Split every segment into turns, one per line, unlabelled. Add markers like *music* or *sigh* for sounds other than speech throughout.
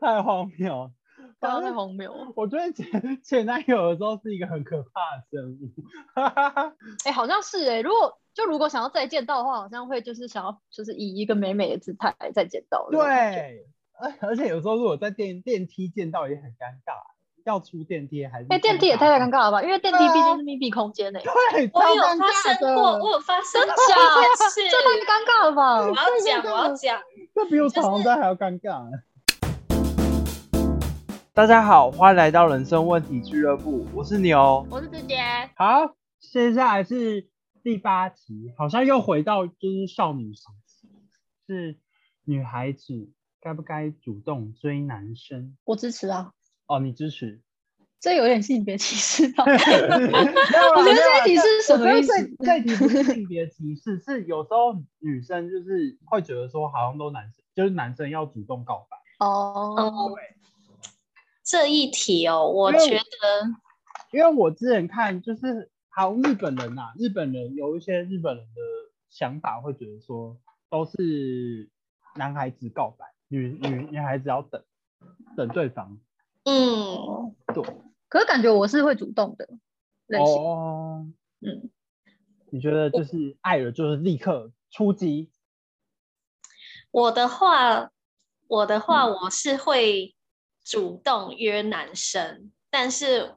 太荒谬了，
不要太荒谬了。
我觉得前前男友有时候是一个很可怕的生物， *laughs*
哎、好像是哎、如果就如果想要再见到的话，好像会就是想要就是以一个美美的姿态再见到。那种感觉，
对，而而且有时候如果在电电梯见到也很尴尬，要出电梯还是？
哎、电梯也太太尴
尬，
尬了吧？因为电梯
对啊
毕竟是密闭空间哎、
对，啊
我
超
有
尴
发
尬
生
的
过，我有发生
真
过
假这
这
太
事。
尴尬了
我
吧？
要讲，我要讲，
这比我
就是
闯红灯还要尴尬。大家好，欢迎来到人生问题俱乐部，我是牛。
我是直接，
好，接下来是第八题，好像又回到就是少女时期，是女孩子该不该主动追男生？
我支持啊，
哦，你支
*laughs*
持？
这有点性别歧视
*laughs*
啊吧？
没有啦
我觉得
没有啦
这一题是什么意
我
思
觉？得这这题不是性别歧视，是有时候女生就是会觉得说，好像都男生，就是男生要主动告白。
哦，
哦，这一题哦，我
嗯因为
觉得
因为我之前看就是，好日本人呐、日本人有一些日本人的想法会觉得说，都是男孩子告白，女女女孩子要等等对方。
嗯，
对，
可是感觉我是会主动的类型，
哦，
嗯，
你觉得就是爱了就是立刻出
*laughs*
击？
我的话，我的话，
嗯
我是会主动约男生，但是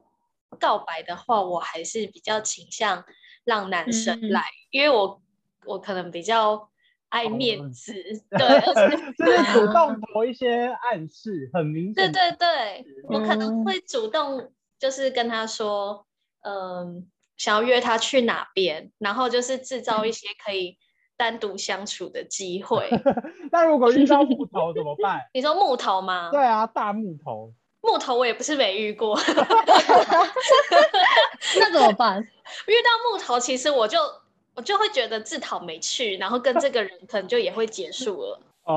告白的话，我还是比较倾向让男生
嗯
来，因为我我可能比较爱
哦
面子，对，而
就
且
是主动投一些暗示，很明显。
对对对，我可能
嗯
会主动就是跟他说，嗯，想要约他去哪边，然后就是制造一些可以单独相处的机会。
那如果遇到木头怎么办？
*laughs* 你说木头吗？
对啊，大木头。
木头我也不是没遇过， *laughs*
那怎么办？
遇到木头其实我就我就会觉得自讨没趣，然后跟这个人可能就也会结束了。
哦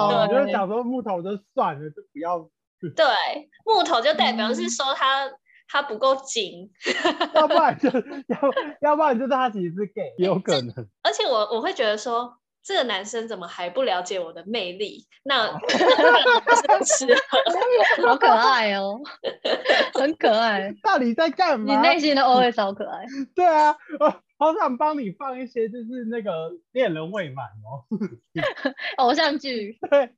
哦，我
对
就想说木头就算了，就不要，
对，木头就代表是
嗯
说他、他不够紧，
要不然就要， *laughs* 要不然就是他其实是 gay，也有可能。
哎
而且我我会觉得说。这个男生怎么还不了解我的魅力？那不是吃
好可爱哦，很可 *laughs* 爱。
到底在干
你
嘛？
内心的 OS 好可爱，
对啊，我好想帮你放一些就是那个恋人未满哦。
偶哦像 *laughs* 剧，
对，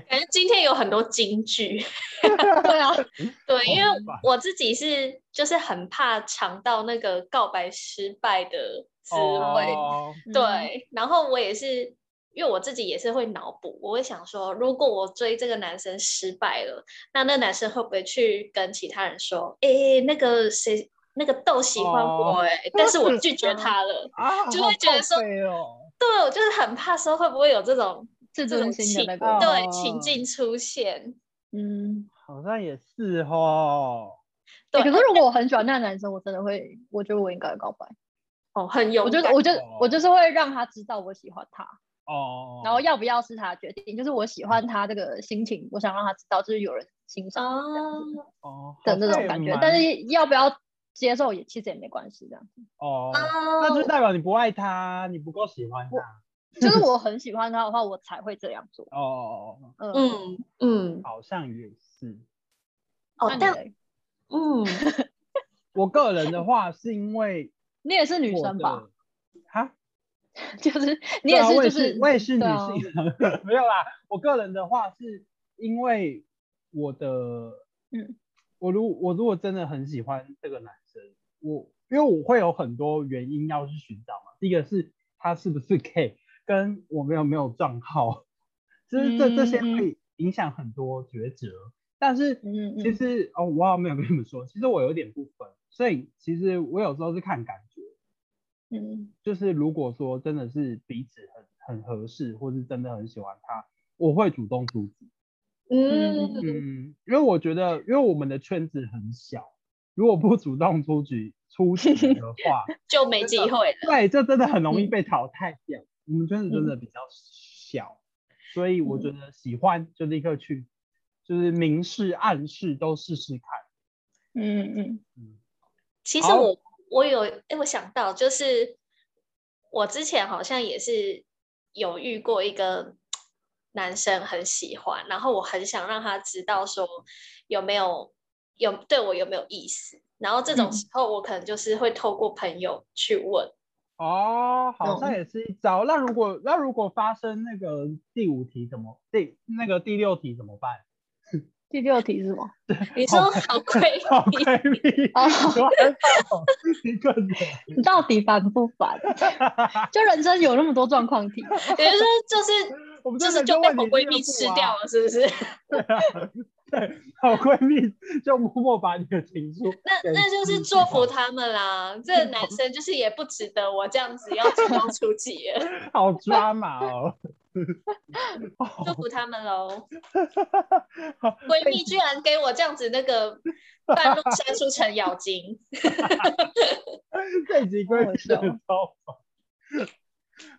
感觉今天有很多金句，
对啊，
对，因
好
为
吧
我自己是就是很怕尝到那个告白失败的滋味，
哦，
嗯，
对，然后我也是，因为我自己也是会脑补，我会想说，如果我追这个男生失败了，那那男生会不会去跟其他人说，哎、那个谁，那个豆喜欢我、
哦
欸，哎、但是我拒绝他了。
啊，
就会觉得说
好报备哦，
对，我就是很怕说会不会有这种
自
这种
尊心
情
的那
哦
个，
对情境出现。
嗯，
好像也是哦。
对，
欸可是如果我很喜欢那个男生，我真的会，我觉得我应该会告白，
哦，很有，
我觉得，我就
哦
我就是会让他知道我喜欢他，
哦，
然后要不要是他的决定，就是我喜欢他这个心情，我想让他知道，就是有人欣赏
啊，
哦
的那种感觉，但是要不要接受也其实也没关系，这样，
哦，
啊
那就
哦，
代表你不爱他，你不够喜欢他。
就是我很喜欢他的话，我才会这样做，
哦哦哦，
嗯，
嗯嗯，
好像也是。
那
哦，
你
但
嘞 *laughs*
嗯，
我个人的话，是因为
你也是女
我
生
的
吧？？
啊，
*laughs* 就是你
对
也
啊我
是，就
也
是
我也是女
对啊
性， *laughs* 没有啦。我个人的话，是因为我的，
嗯，
我如我如果真的很喜欢这个男生，我因为我会有很多原因要去寻找嘛。第一个是他是不是 gay，跟我们有没有账号，就是这这些
嗯嗯
会影响很多抉择。但是
嗯嗯
其实哦，我好像没有跟你们说，其实我有点不分，所以其实我有时候是看感觉。
嗯
就是如果说真的是彼此很很合适，或是真的很喜欢他，我会主动出击。
嗯，
嗯，因为我觉得，因为我们的圈子很小，如果不主动出局出局的话，
就没机会了。
对，这真的很容易被淘汰掉。我们圈子真的比较小，所以我觉得喜欢就立刻去，就是明示暗示都试试看。
嗯嗯，
嗯，
其实
好
我我有，哎，我想到就是我之前好像也是有遇过一个男生很喜欢，然后我很想让他知道说有没有有对我有没有意思，然后这种
嗯
时候我可能就是会透过朋友去
*laughs*
问，
哦，好
嗯
像也是一招。那如果那如果发生那个第五题怎么第那个第六题怎么办？
第六题是什么？
你说好 *laughs* 亏
好闺蜜，
哦
喜欢找一个人，
你到底烦不烦？ *laughs* 就人生有那么多状况题，
也就是说就是
我们
就
真
是
的
就被
问
我
你
闺蜜吃掉
了。
了，是不是？
对啊，对，好闺蜜就默默把你的情书
那
给
那就是
吃
祝福
掉
他们啦。这个男生就是也不值得我这样子要主动出击了，
好抓马哦。好
祝福他们喽。
好
闺蜜居然给我这样子那个半路杀出程咬金，
这集闺蜜真
好
的超烦。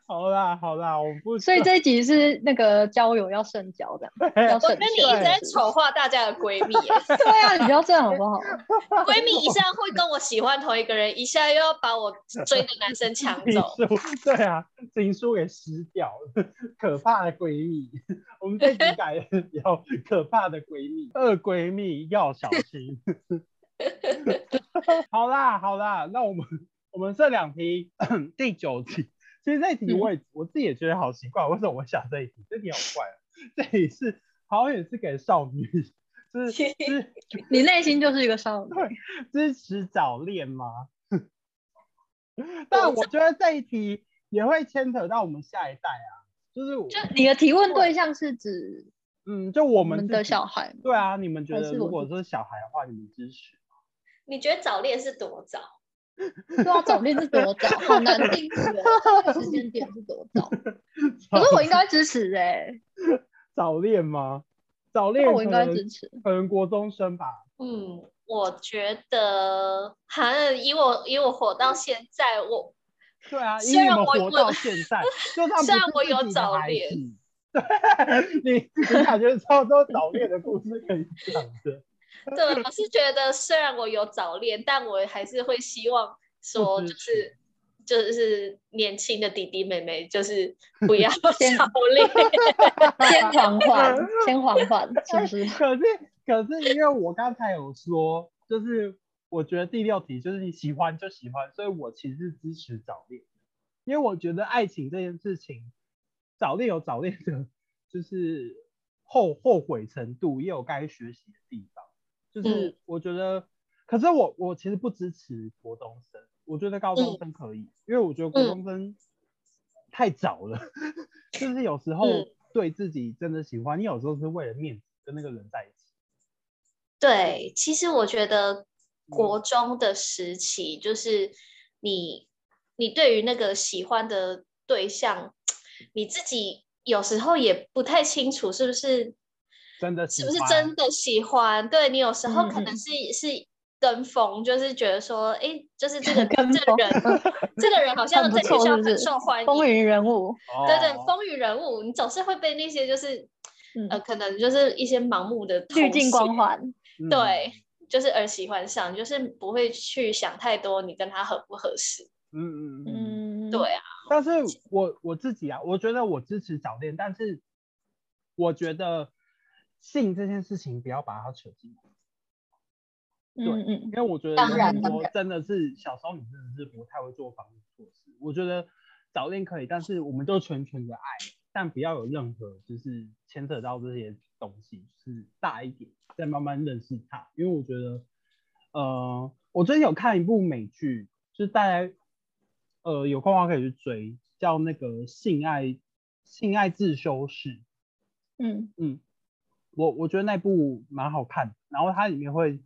好啦好啦，我不
所以这一集是那个交友要慎交
*laughs*
的。
要
要
我
慎
觉得你一
选
直在丑化大家的闺蜜耶，
对啊，你不要这样好不好？
闺蜜一下会跟我喜欢同一个人，一下又要把我追的男生抢
情 *laughs*
走。
书，对啊，情书给撕掉了，可怕的闺蜜。我们这集改叫可怕的闺蜜，二闺蜜要小心。 *laughs* 好啦好啦，那我们我们这两题第九题，其实这一题我也、我自己也觉得好奇怪，为什么我想这一题？这题好怪、啊，这题是好像也是给少女，就是是
你内心就是一个少女。
支持早恋吗？ *laughs* 但我觉得这一题也会牵扯到我们下一代啊，就是我
就你的提问对象是指
嗯，就我
我
们
们
自
的
己
小孩吗？
对啊，你们觉
还
得
是
如
我
果
自
是小孩的话，你们支持？
你觉得早恋是多早？
对啊，早恋是多早？好难定义哦，这个时间点是多早？ *laughs* 可是我应该支持哎、欸，
*laughs* 早恋吗？早恋
那我
可
应该
能
支持。
可能国中生吧，
嗯，我觉得，哈，以我以我活到现在，我
对啊，因
虽
为你
然
们
我
活
我
到现在，就算不
虽然
是
我
自
有
己的
早
孩
恋
子对 *laughs* 你你感觉超多早恋的故事可以讲的。
*laughs* 对我是觉得，虽然我有早恋，但我还是会希望说，
支
就是就是年轻的弟弟妹妹，就是 *laughs* 不要早
先
恋。 *laughs*
先缓缓，先缓缓，是不是？
*laughs* 可是可是因为我刚才有说，就是我觉得第六题就是你喜欢就喜欢，所以我其实支持早恋，因为我觉得爱情这件事情，早恋有早恋的，就是后后悔程度，也有该学习的地方。就是我觉得，可是我我其实不支持国中生，我觉得高中生可以，因为我觉得国中生太早了，就是有时候
嗯
对自己真的喜欢，你有时候是为了面子跟那个人在一起。
对，其实我觉得国中的时期，就是你你对于那个喜欢的对象，你自己有时候也不太清楚是不是
真的喜
是不是
欢
真的喜欢？对你有时候可
嗯嗯
能
嗯
是、是跟风，就是觉得说，哎，就是这
*laughs*
个
跟
这个
风
人，这个人好像
很不
在学
错
校
是不
很
是
受欢迎，
风云人物，
对对，
哦
风云人物，你总是会被那些就是
嗯
呃，可能就是一些盲目的
滤
同
镜
学
光环，
嗯
对，就是而喜欢上，就是不会去想太多，你跟他合不合适。
嗯嗯嗯。
嗯，
对啊，
但是我我自己啊，我觉得我支持早恋，但是我觉得性这件事情不要把它扯进来，
嗯嗯
因，为我觉得
当
有
然
很
当
多
然
真的是小时候你真的是不太会做防护措施。我觉得早恋可以，但是我们就纯纯的爱，但不要有任何就是牵扯到这些东西，就是大一点再慢慢认识他。因为我觉得，呃，我最近有看一部美剧，就是大家呃有空的话可以去追，叫那个《性爱性爱自修室》。
嗯，
嗯，我我觉得那部蛮好看的，然后它里面会，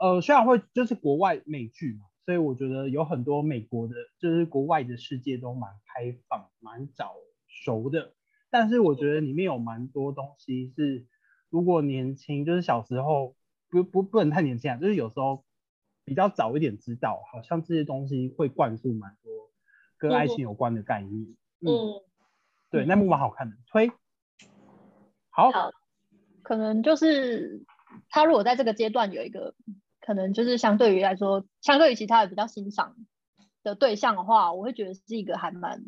呃，虽然会就是国外美剧嘛，所以我觉得有很多美国的，就是国外的世界都蛮开放、蛮早熟的，但是我觉得里面有蛮多东西是，如果年轻，就是小时候不不不能太年轻啊，就是有时候比较早一点知道，好像这些东西会灌输蛮多跟爱情有关的概念。嗯，
嗯，
对，那部蛮好看的，推。好，
好
可能就是他如果在这个阶段有一个，可能就是相对于来说，相对于其他的比较欣赏的对象的话，我会觉得是一个还蛮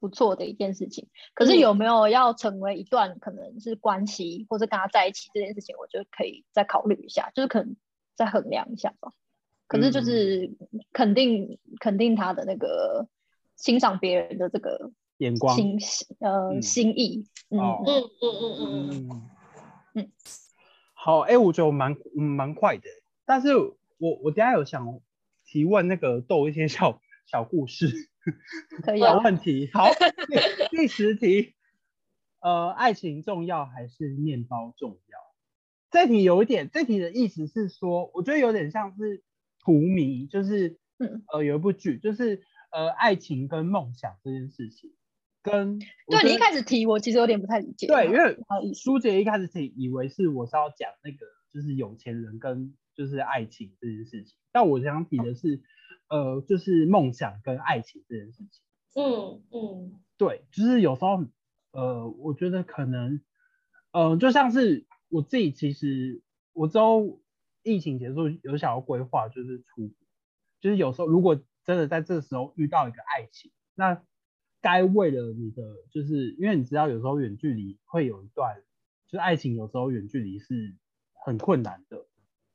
不错的一件事情。可
嗯
是有没有要成为一段可能是关系，或者跟他在一起这件事情，我觉得可以再考虑一下，就是可能再衡量一下吧。可
嗯
是就是肯定、肯定他的那个欣赏别人的这个
眼光，
心呃、
嗯
心意，嗯、
哦
嗯嗯嗯嗯嗯，
嗯
嗯
好，哎、我觉得我蛮嗯蛮快的，但是我我等一下有想提问那个豆一些小小故
*laughs*
事、
嗯可以
小
啊，
问题。好， *laughs* 第第十题，呃，爱情重要还是面包重要？这题有一点，这题的意思是说，我觉得有点像是图迷，就是
嗯
呃有一部剧，就是呃爱情跟梦想这件事情，跟我
对
觉
你一
得
开始提，我其实有点不太理解。
对，因为
好意思
苏姐一开始挺以为是我是要讲那个就是有钱人跟就是爱情这件事情，但我想提的是，呃，就是梦想跟爱情这件事情。
嗯嗯，
对，就是有时候，呃，我觉得可能，呃，就像是我自己，其实我之后疫情结束有想要规划，就是出国，就是有时候如果真的在这时候遇到一个爱情，那该为了你的，就是因为你知道有时候远距离会有一段，就是爱情有时候远距离是很困难的，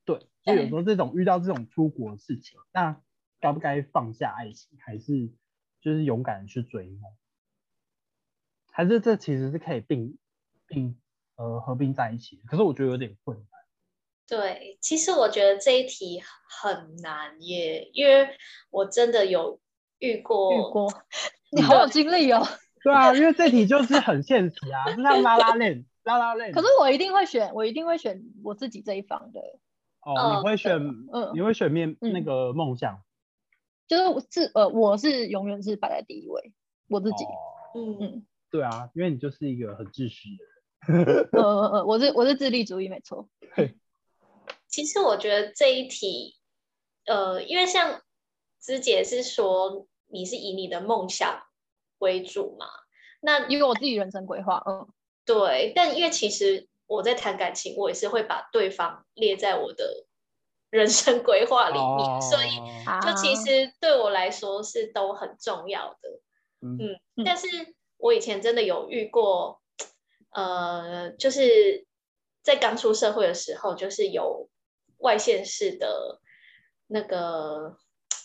对，所以有时候这种遇到这种出国的事情，那该不该放下爱情，还是就是勇敢的去追梦？还是这其实是可以并并呃合并在一起的，可是我觉得有点困难。
对，其实我觉得这一题很难耶，因为我真的有遇过，
遇过， *laughs* 你好有经历哦。
*laughs* 对啊，因为这题就是很现实啊，就像拉拉链，拉拉链。
可是我一定会选，我一定会选我自己这一方的，
哦，你会选、
嗯
你会选面、
嗯
那个梦想
就是我自呃，我是永远是摆在第一位，我
*laughs*
自己，
哦
嗯
嗯，
对啊，因为你就是一个很自私的人。
呃呃呃，我是我是自立主义，没错，
其实我觉得这一题，呃，因为像芝姐是说你是以你的梦想为主嘛，那
因为我自己人生规划，嗯，
对，但因为其实我在谈感情，我也是会把对方列在我的 *laughs* 人生规划里面，所以
以
啊
就其实对我来说是都很重要的。
嗯
嗯
但是我以前真的有遇过，呃，就是在刚出社会的时候，就是有外县市的那个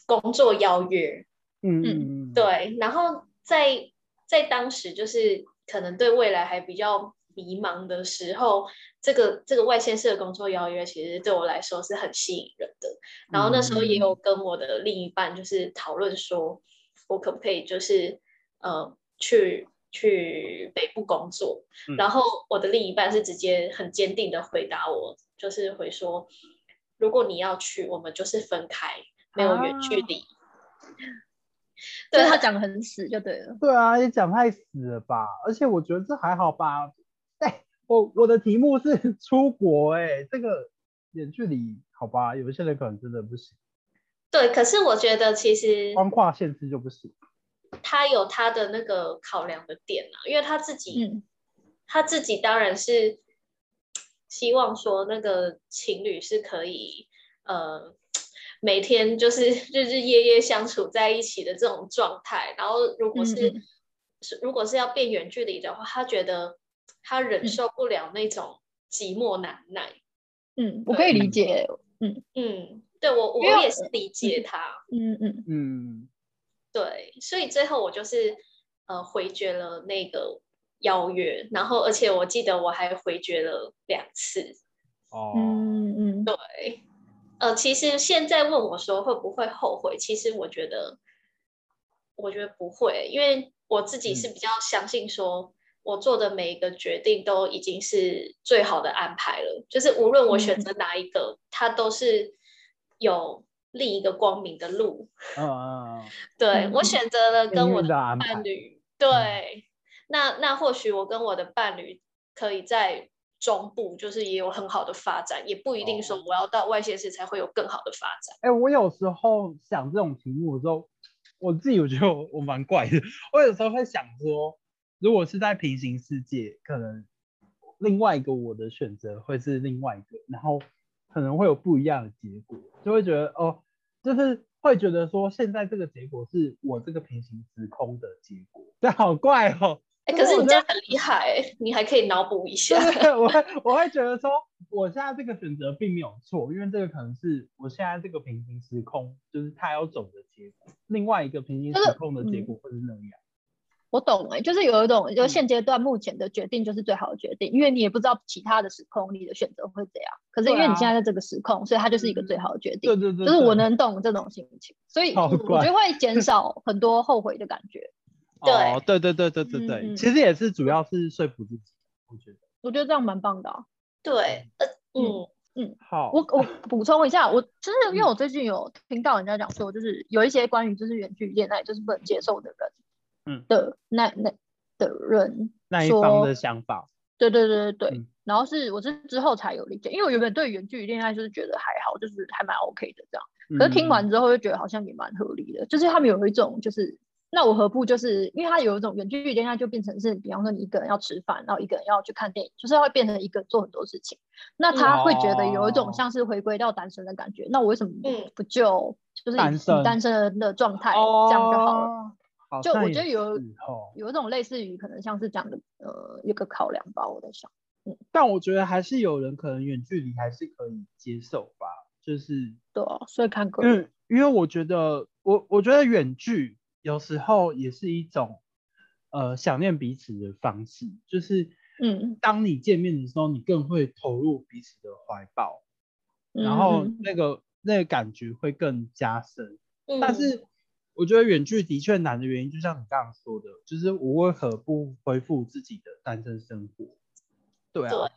工作邀约，
嗯嗯，
对，然后在在当时就是可能对未来还比较迷茫的时候，这个这个外县市的工作邀约，其实对我来说是很吸引人的。然后那时候
嗯
也有跟我的另一半就是讨论说，我可不可以就是呃去去北部工作
嗯？
然后我的另一半是直接很坚定的回答我，就是回说，如果你要去，我们就是分开，没有远距
啊
离。
就
对
是他讲的很死就对了，
对啊，也讲太死了吧？而且我觉得这还好吧。哎，我我的题目是 *laughs* 出国、哎，这个远距离好吧，有一些人可能真的不行，
对，可是我觉得其实
光跨县市就不行。
他有他的那个考量的点啊，因为他自己，
嗯，
他自己当然是希望说那个情侣是可以呃每天就是日日夜夜相处在一起的这种状态。然后如果是、
嗯嗯
是如果是要变远距离的话，他觉得他忍
嗯
受不了那种寂寞难耐。
嗯，我可以理解，
嗯，对我我
因为
也是理解他。
嗯嗯，
嗯，
对，所以最后我就是呃回绝了那个邀约，然后而且我记得我还回绝了两次。
哦，
嗯嗯嗯，
呃，其实现在问我说会不会后悔，其实我觉得，我觉得不会，因为我自己
嗯
是比较相信说。我做的每一个决定都已经是最好的安排了，就是无论我
嗯
选择哪一个，它都是有另一个光明的路。
嗯嗯，嗯
对、我
嗯
选择了跟
命
我
运
的
的安排嗯
伴。侣，对，那那或许我跟我的伴侣可以在中部，就是也有很好的发展，也不一定说
哦
我要到外县市才会有更好的发展。
哎、我有时候想这种题目的时候，我自己我觉得我我蛮怪的。我有时候会想说，如果是在平行世界，可能另外一个我的选择会是另外一个，然后可能会有不一样的结果，就会觉得哦，就是会觉得说现在这个结果是我这个平行时空的结果，这好怪哦。
哎、
就
可是
我
你这
在
样很厉害、欸你还可以脑补一下。
*laughs*
对，我会我会觉得说，我现在这个选择并没有错，因为这个可能是我现在这个平行时空，就是他要走的结果，另外一个平行
就是
时空的结
嗯
果会是那样。
我懂哎、就是有一种，就
嗯
现阶段目前的决定就是最好的决定，因为你也不知道其他的时空你的选择会怎样。可是因
对
为
啊嗯
你现在在这个时空，所以它就是一个最好的决定。
对对对，
就是我
对
能懂这种心情，所以
好
我
怪
觉得会
*laughs*
减少很多后悔的感觉。
哦，对对对对对对，
嗯嗯
其实也是主要是说服自己，我觉得。
我觉得这样蛮棒的啊、
*laughs* 对，呃，嗯，
好，
我
*laughs*
我补充一下，我就是
嗯
因为我最近有听到人家讲说，就是有一些关于就是远距离恋爱就是不能接受的人，
嗯
的那那的人，
那一方
说
的想法，
对对对对对。
嗯
然后是我是之后才有理解，因为我原本对远距离恋爱就是觉得还好，就是还蛮 OK 的这样。可是
嗯
听完之后就觉得好像也蛮合理的，就是他们有一种就是，那我何不就是因为他有一种远距离恋爱就变成是，比方说你一个人要吃饭，然后一个人要去看电影，就是会变成一个人做很多事情，那他会觉得有
哦
一种像是回归到单身的感觉。那我为什么
嗯
不就就是以
单
以
身
单身的状态、
哦
这样就好了？
好
就
像
我
也
觉得有
是哦
有一种类似于可能像是这样的呃一个考量吧，我在想。
但我觉得还是有人可能远距离还是可以接受吧，就是因
对啊，所以看个人。
为因为我觉得我我觉得远距有时候也是一种呃想念彼此的方式，就是
嗯
当你见面的时候，你更会投入彼此的怀抱，然后
嗯
那个那个感觉会更加深。
嗯
但是我觉得远距的确难的原因，就像你刚刚说的，就是我为何不恢复自己的单身生活？对啊，
对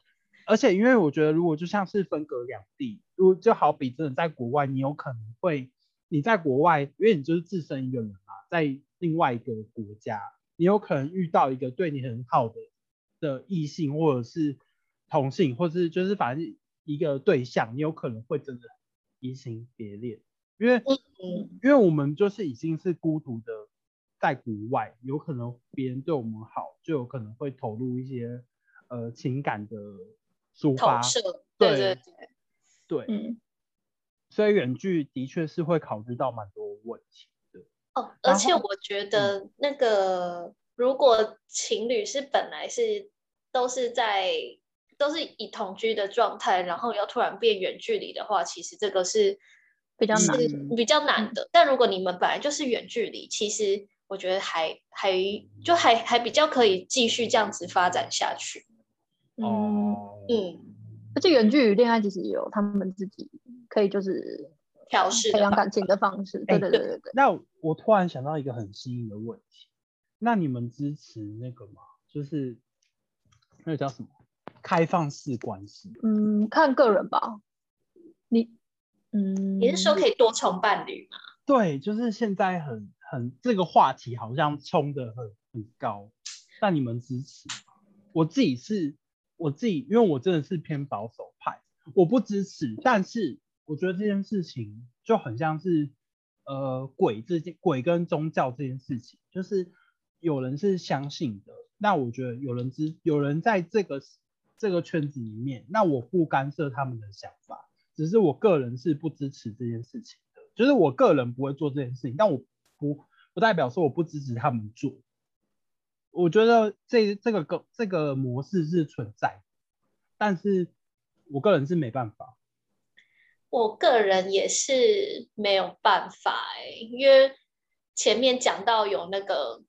而且因为我觉得，如果就像是分隔两地，如果就好比真的在国外，你有可能会你在国外，因为你就是自身一个人嘛，在另外一个国家，你有可能遇到一个对你很好的的异性，或者是同性，或是就是反正一个对象，你有可能会真的移情别恋，因为
嗯
因为我们就是已经是孤独的在国外，有可能别人对我们好，就有可能会投入一些呃情感的抒发
投。射，
对
对对对，
对，
嗯，
所以远距的确是会考虑到蛮多问题的。
哦，
然
而
后
且我觉得那个，如果情侣是本来是都是在都是以同居的状态，然后要突然变远距离的话，其实这个是
比较难
是
嗯
比较难的。但如果你们本来就是远距离，其实我觉得还还就还还比较可以继续这样子发展下去。
嗯，
哦，
嗯，
而且远距离恋爱其实也有他们自己可以就是
调试
培
的
养
吧
感情的方式。
哎
对对对对对，
那我突然想到一个很新颖的问题，那你们支持那个吗？就是那个叫什么？开放式关系？
嗯，看个人吧。你，嗯，
你是说可以多重伴侣吗？
对，就是现在很很这个话题好像冲的很很高，但你们支持吗？我自己是，我自己因为我真的是偏保守派，我不支持，但是我觉得这件事情就很像是呃鬼这件鬼跟宗教这件事情，就是有人是相信的，那我觉得有人支有人在这个这个圈子里面，那我不干涉他们的想法，只是我个人是不支持这件事情的，就是我个人不会做这件事情，但我不不代表说我不支持他们做。我觉得这这个个这个模式是存在的，但是我个人是没办法。
我个人也是没有办法哎、因为前面讲到有那个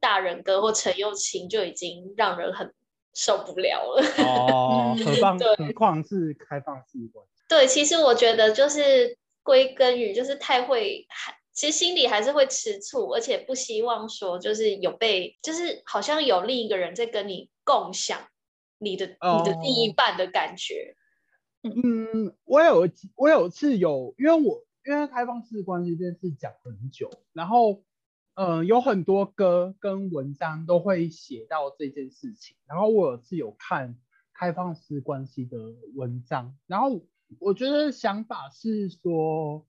大人哥或陈又青，就已经让人很受不了了。 *laughs*
哦
嗯
何况
对
何况是开放式关系。
对，其实我觉得就是归根于就是太会，还其实心里还是会吃醋，而且不希望说就是有被，就是好像有另一个人在跟你共享你的、你的另一
哦
半的感觉。
嗯，我有我有次有，因为我因为开放式关系这件事讲很久，然后嗯、呃有很多歌跟文章都会写到这件事情，然后我有次有看开放式关系的文章，然后我觉得想法是说，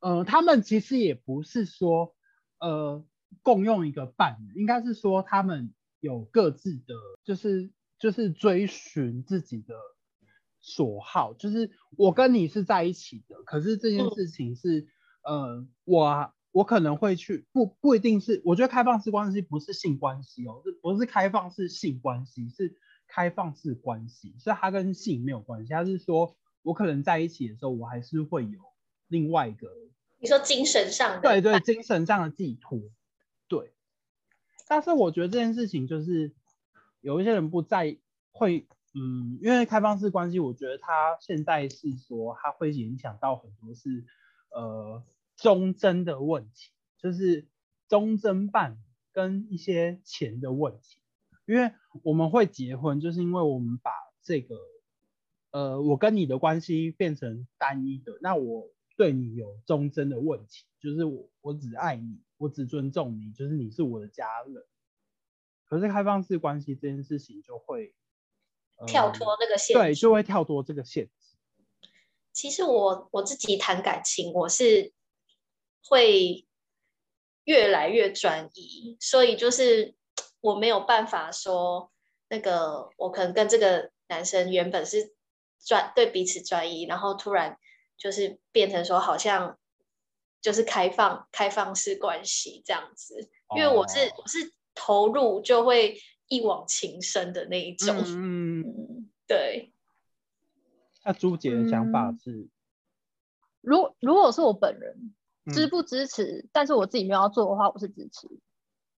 呃，他们其实也不是说呃共用一个伴侣，应该是说他们有各自的，就是就是追寻自己的所好，就是我跟你是在一起的，可是这件事情是、呃，我啊我可能会去，不不一定是，我觉得开放式关系不是性关系哦，这不是开放式性关系，是开放式关系，所以它跟性没有关系，它是说我可能在一起的时候，我还是会有另外一个，
你说精神上的，
对对，精神上的寄托，对。但是我觉得这件事情就是有一些人不在会，嗯，因为开放式关系，我觉得它现在是说它会影响到很多是呃忠贞的问题，就是忠贞伴侣跟一些钱的问题。因为我们会结婚，就是因为我们把这个呃我跟你的关系变成单一的，那我对你有忠贞的问题，就是我我只爱你。我只尊重你，就是你是我的家人。可是开放式关系这件事情就会、呃、
跳脱那个限制，
对，就会跳脱这个限制。
其实我我自己谈感情，我是会越来越专一，所以就是我没有办法说那个，我可能跟这个男生原本是专对彼此专一，然后突然就是变成说好像。就是开放开放式关系这样子，因为我是、
哦
我是投入就会一往情深的那一种，
嗯，
*laughs* 对，
那朱姐的想法是，
如如果是我本人支
嗯
不支持，但是我自己没有要做的话，我是支持，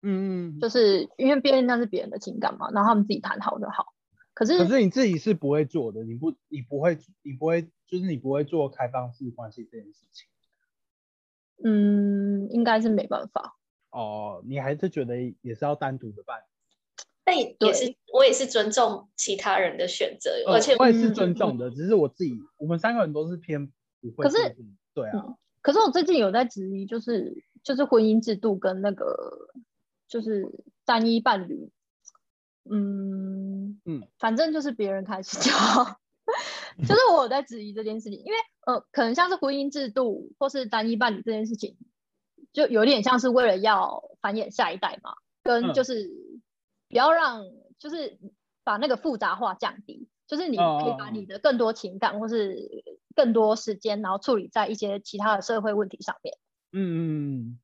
嗯嗯，
就是因为别人那是别人的情感嘛，然后他们自己谈好就好。可是
可是你自己是不会做的，你不你不会你不会就是你不会做开放式关系这件事情。
嗯，应该是没办法。
哦，你还是觉得也是要单独的办，
但也
对
也是我也是尊重其他人的选择，
呃
而且嗯
我也
嗯
是尊重的，只是我自己，我们三个人都是偏不会
可是
做这种，对啊，
可是我最近有在质疑，就是就是婚姻制度跟那个就是单一伴侣，嗯
嗯，
反正就是别人开始教， *laughs* 就是我有在质疑这件事情，因为呃，可能像是婚姻制度或是单一伴侣这件事情，就有点像是为了要繁衍下一代嘛，
嗯
跟就是不要让就是把那个复杂化降低，就是你可以把
哦
你的更多情感或是更多时间，然后处理在一些其他的社会问题上面。
嗯嗯嗯。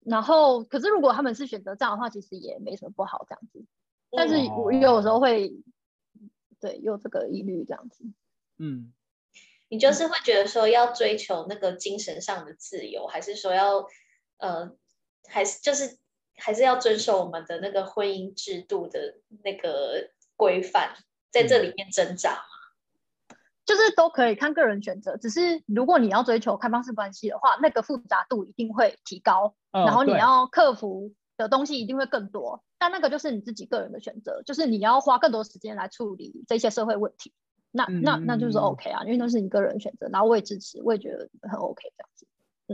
然后，可是如果他们是选择这样的话，其实也没什么不好这样子。但
嗯
是我
哦
有时候会，对，有这个疑虑这样子。
嗯
你就是会觉得说要追求那个精神上的自由，还是说要呃，还是就是还是要遵守我们的那个婚姻制度的那个规范，在
嗯
这里面挣扎嘛？
就是都可以看个人选择，只是如果你要追求开放式关系的话，那个复杂度一定会提高，
呃
然后你
对
要克服的东西一定会更多。但那个就是你自己个人的选择，就是你要花更多时间来处理这些社会问题。那那那就是
嗯
OK 啊，因为那是你个人选择，然后我也支持，我也觉得很 OK 这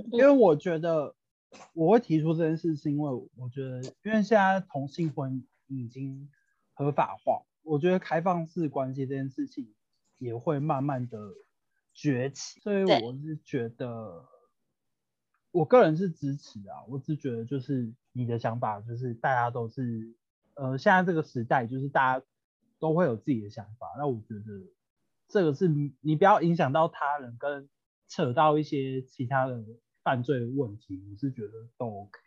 样子。
因为我觉得我会提出这件事，是因为我觉得，因为现在同性婚已经合法化，我觉得开放式关系这件事情也会慢慢的崛起，所以
对
我是觉得，我个人是支持啊，我只觉得就是你的想法，就是大家都是，呃，现在这个时代就是大家都会有自己的想法，那我觉得这个是你你不要影响到他人跟扯到一些其他的犯罪问题，我是觉得都 OK。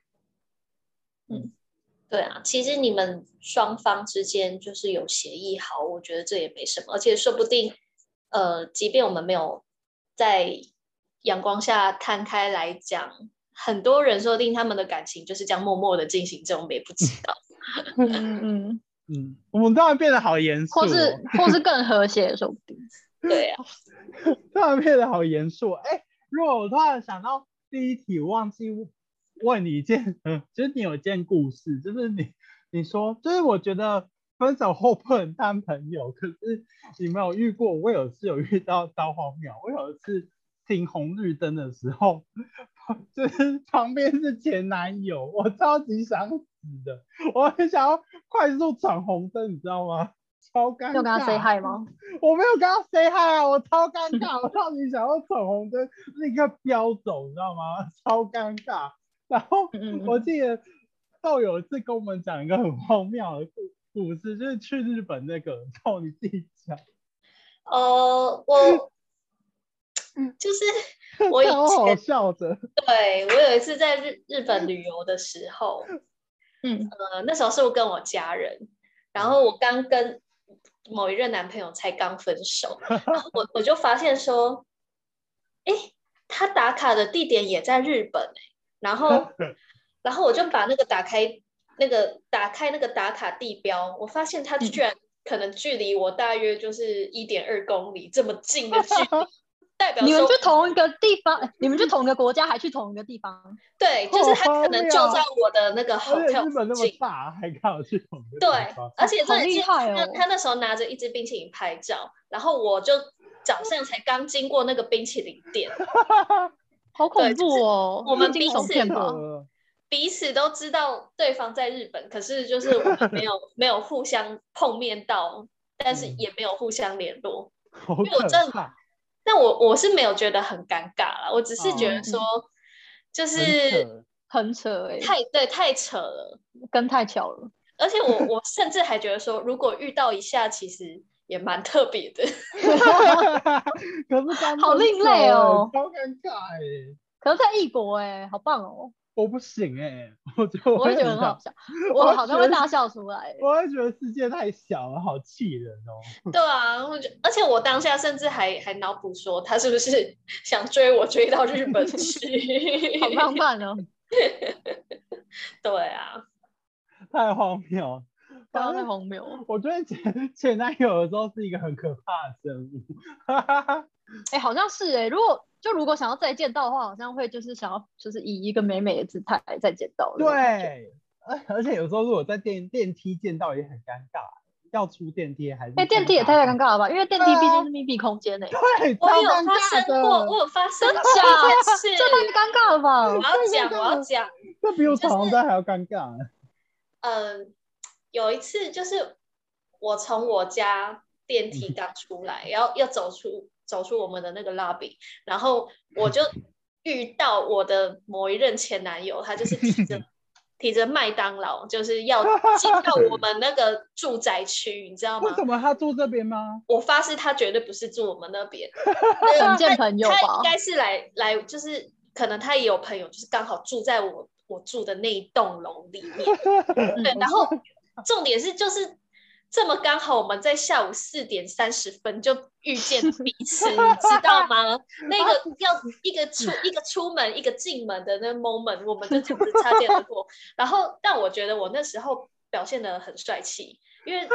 对啊，其实你们双方之间就是有协议好，我觉得这也没什么，而且说不定，呃，即便我们没有在阳光下摊开来讲，很多人说不定他们的感情就是这样默默的进行中，我们也不知道。
嗯嗯，
嗯，我们突然变得好严肃、哦，
或是或是更和谐也说不 *laughs* 定。
对啊，
突然变得好严肃哦。哎、如果我突然想到第一题，我忘记问你一件，嗯就是你有一件故事，就是你你说，就是我觉得分手后不能当朋友，可是你没有遇过，我有一次有遇到刀荒庙，我有一次停红绿灯的时候， *laughs* 就是旁边是前男友，我超级想死的，我很想要快速闯红灯，你知道吗？超尴尬。
要跟他 say hi 吗？
我没有跟他 say hi 啊，我超尴尬，我到底想要闯红灯，立刻飙走，你知道吗？超尴尬。然后
嗯嗯
我记得豆有一次跟我们讲一个很荒谬的故故事，就是去日本那个，照你自己讲。
呃，我就是我以
好好
前
笑着，
对我有一次在日日本旅游的时候，
嗯，
呃，那时候是我跟我家人，
嗯
然后我刚跟某一任男朋友才刚分
*laughs*
手，然后我我就发现说，哎，他打卡的地点也在日本、欸、
*laughs*
然后然后我就把那个打开那个打开那个打卡地标，我发现他居
嗯
然可能距离我大约就是一点二公里这么近的
*laughs*
距离，代表
你们
说
去同一个地方，哎你们去同一个国家，还去同一个地方，
对，就是他
好
可能
荒
就
谬啊
在我的那个
而且
hotel
日本那
附
么
近。
大，还刚好去同一个
对
地方，
*laughs* 而且
好
这
厉害哦
他那时候拿着一支冰淇淋拍照，然后我就早上才刚经过那个冰淇淋店，
好恐
对就是
怖哦！
我们
是惊
彼
悚
此
片
太
吧
扯？了
彼此都知道对方在日本，可是就是我们
*laughs*
没有没有互相碰面到，但是
嗯
也没有互相联络。
好
因为我
可
真的
怕，
但我我是没有觉得很尴尬啦，我只是觉
哦
得说，就
很
是
扯 *laughs*
很扯哎、
太对太扯了，
跟太巧了。 *laughs*
而且我我甚至还觉得说，如果遇到一下，其实也蛮特别的。
可是刚
好
分
另
手
类
欸
哦
超尴尬哎，
可是在异国哎、好棒哦！
我不行哎，我觉得我
我会觉得很
很
好
想，
笑，
*laughs* 我
我
会
好像
觉
会
得
大笑出来。？
我会觉得世界太小了，好气人哦。
*laughs* 对啊，我觉而且我当下甚至还还脑补说，他是不是 *laughs* 想追我追到日本去
*laughs* 好浪漫
*laughs*
哦！
对啊，
太荒谬了。
刚刚
反
太
正
荒谬哦了。
我觉得前前男友的时候是一个很可怕的生物， *laughs*
哎、好像是哎、如果就如果想要再见到的话，好像会就是想要就是以一个美美的姿态再见到。，
对，而而且有时候如果在电电梯见到也很尴尬，要出电梯还是
因
哎
为哎电梯也太尴尬了吧？因为电梯
对啊
毕竟是密闭空间哎、
对，
我
超
有
尴
发
尬
生过，
的，
我有发生
*laughs*
过
假
一次。
这太尴尬了
我
吧？
要讲，我要讲，
这比我
就是
闯红灯还要尴尬。
嗯，有一次就是我从我家电梯
嗯
刚出来，然后要走出走出我们的那个 lobby，然后我
嗯
就遇到我的某一任前男友，他就是提
*laughs*
着提着麦当劳，就是要进到我们那个住宅区，你知道
为
吗
什？么他住这边吗？
我发誓他绝对不是住我们那
*laughs*
边，
很见朋友
他
吧
应？该是来来，就是可能他也有朋友，就是刚好住在我我住的那一栋楼里面。对，然后重点是就是这么刚好我们在下午四点三十分就遇见彼此，你知道吗？那个要一个出一个出门一个进门的那 moment，我们就这样子擦肩而过。然后，但我觉得我那时候表现的很帅气，因为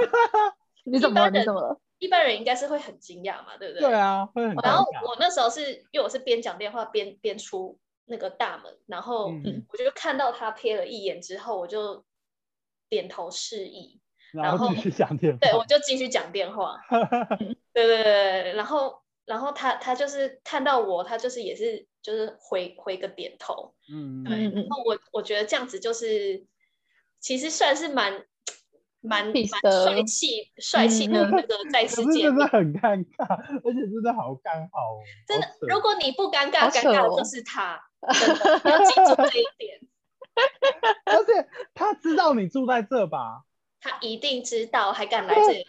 你怎么了？
一般人
你怎么了？
一般人应该是会很惊讶嘛，对不对？
对啊，会很
哦然
尴
后
尬。
我那时候是因为我是边讲电话边边出那个大门，然后
嗯
我就看到他瞥了一眼之后，我就点头示意，
然
然
后
后
继续讲电话。
对我就继续讲电
*laughs*
话。嗯对对对对，然后然后他他就是看到我，他就是也是就是回回个点头。
嗯，
对，
嗯嗯
然后我我觉得这样子就是其实算是蛮蛮蛮
Peace 的
帅气帅气的
嗯
那个再
可
次
是
见
*laughs* 真的
面。
很尴尬，而且真的好刚好哦，
真的
好扯，
如果你不尴尬，
好扯
尴尬
哦
的就是他，真的你要记住这一
*laughs*
点。
*laughs* 而且他知道你住在这吧？
他一定知道，还敢来
*laughs*
这里。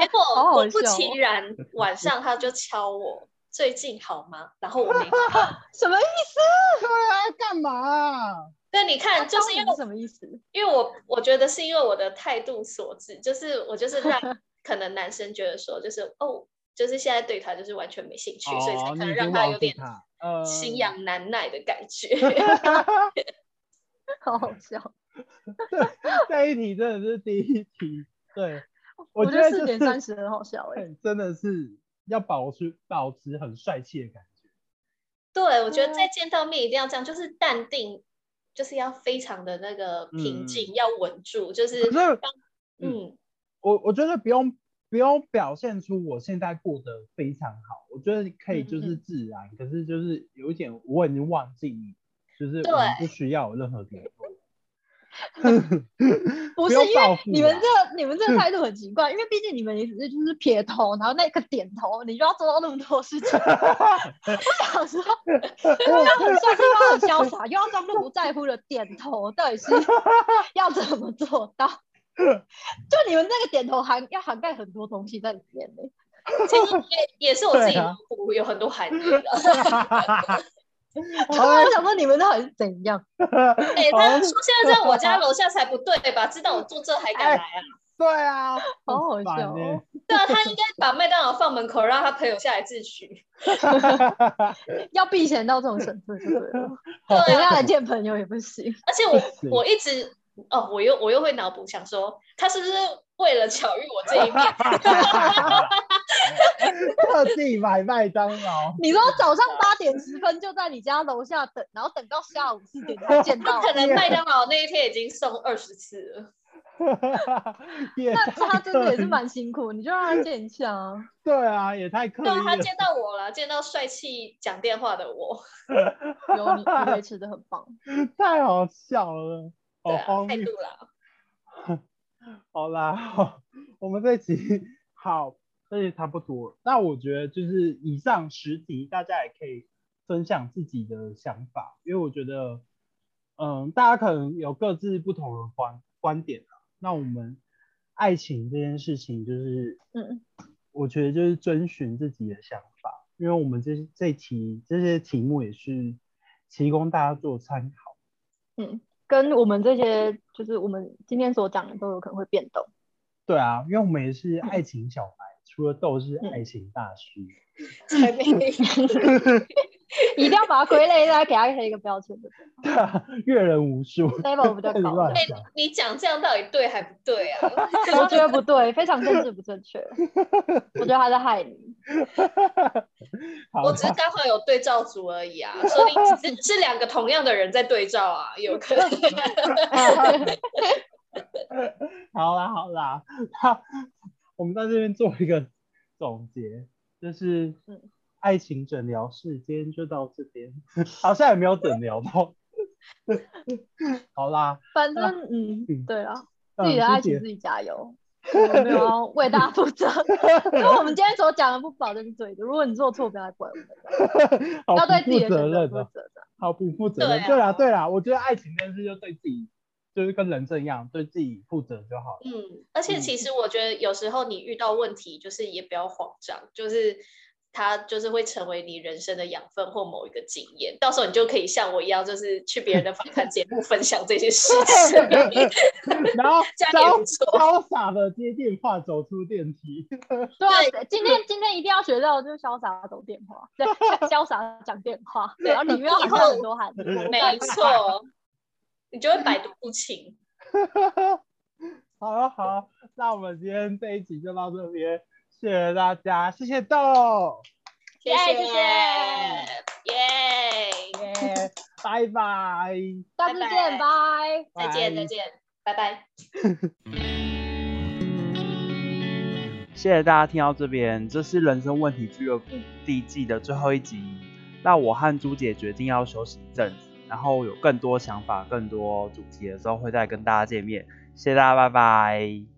结果
好好
果不
笑哦
其然，晚上他就敲我，最近好吗？然后我没。
*laughs* 什么意思？
对啊，干嘛啊、
对，你看，就是因为
当你什么意思？ *laughs*
因为我我觉得是因为我的态度所致，就是我就是让可能男生觉得说，就是哦，就是现在对他就是完全没兴趣，所以才
哦，你
可
已
能
经
让他
忘
有
记
点
他呃
心。痒难耐的感觉。
好好笑！
这一题真的是第一题，对我
觉
觉得
四点
就是
三十很好笑
*laughs*
哎、
对真的是要保持保持很帅气的感觉。
对，我觉得
哦
再见到面一定要这样，就是淡定，就是要非常的那个平静，要稳住，就是
嗯可是
当
嗯
嗯，
我我觉得不用不用表现出我现在过得非常好，我觉得可以就
嗯
是
嗯
自然，可是就是有一点我已经忘记你，就是
对
我们不需要有任何点。
不是
用
因
报
为
复
你们
啦
这你们这
嗯
个态度很奇怪，因为毕竟你们也只是就是撇头，然后那个点头，你就要做到那么多
*laughs*
事情。我想说，
啊
又要很帅气，又要很潇洒，又要装作不在乎的点头，到底
*laughs*
是要怎么做到？就你们那个点头涵要涵盖很多东西在里面呢、欸
其实也也是我自己
嗯对啊
脑补有很多含义的。
*laughs*
我
啊
刚刚想说你们到底是怎样？
哎、
哦
他出现在我家
*laughs*
楼下才不对吧？知道我住这还敢来啊？
对啊，
好好
很
笑
烦
哦
对啊，他应该把麦当劳放门口，让他朋友下来自取。
欸
要避嫌到这种程度，对了，
对
等一下
啊
来，见朋友也不行。
而且
是
我我一直哦，我又我又会脑补想说，他是不是为了巧遇我这一
*laughs*
面？
欸
*laughs*
特地买麦当劳，
你说早上八点十分就在你家楼下等，然后等到下午四点才见
*laughs*
到
他，可能麦当劳那一天已经送二十次
*laughs*
了。
也
那
太
他真的也
刻
是
意
蛮辛苦，你就让他见一下啊。
对啊，也太刻意
对啊，他
了。
见到我了，见到帅气讲电话的我，
有你，你维持的很棒。
太好笑了，
对
好
啊，
荒
态
谬。
度 *laughs* 啦。
好啦，好我们这集好，这集差不多了。那我觉得就是以上十题，大家也可以分享自己的想法，因为我觉得，嗯，大家可能有各自不同的观观点啊。那我们爱情这件事情，就是
嗯，
我觉得就是遵循自己的想法，因为我们这这题这些题目也是提供大家做参考。
跟我们这些就是我们今天所讲的都有可能会变动。
对啊，因为我们也是爱情小白，除了豆是爱情大师。
还没
一定要把它归类，大家给它贴一个标签的
对啊，阅人无数
level 比较
开始
高。
乱
哎
讲，
你讲这样到底对还不对 *laughs* 啊？
我觉得不对，非常政治不正确。我觉得他在害你。 *laughs*
好
我只是
啦
刚好有对照组而已啊，说不定只是是两个同样的人在对照啊，有可 *laughs* 能。
好啦，好啦，那我们在这边做一个总结，就是
嗯
爱情诊疗室今天就到这边，好像也没有诊疗
*laughs*
到。 *laughs* 好啦，
反正嗯
嗯，
对了，
嗯
自己的爱
谢
情
谢
自己加
*laughs*
油。我没有要为大家负责，因为我们今天所讲的不保证是对的。如果你做错，不要来怪我们，
好
要对
哦不
自己
负责
的选择
任啊
负
的，
责的。
好不负责任。
对啊
对啦，对啦，我觉得爱情这件事就对自己，就是跟人生一样，对自己负责就好了。
嗯，而且其实我觉得有时候你遇到问题，就是也不要慌张，就是它就是会成为你人生的养分或某一个经验，到时候你就可以像我一样，就是去别人的访谈节目分享这些事情， *laughs*
然后
这样也
潇
不错。
潇洒的接电话，走出电梯。 *laughs*
对啊，今天今天一定要学到就是潇洒走电话，对，潇洒讲电话，对，然后里面要
以后
含很多含义。
没错，你就会百毒不侵。
好了好了，那我们今天这一集就到这边，谢谢大家，谢谢豆，
*laughs* 谢
耶
谢，
谢谢
耶，
耶， *laughs* 拜拜，
下次
拜拜
见，拜。
再见，再见，拜拜。
谢谢大家听到这边，这是《人生问题俱乐部》第一季的最后一集。那我和朱姐决定要休息一阵子，然后有更多想法、更多主题的时候会再跟大家见面。谢谢大家，拜拜。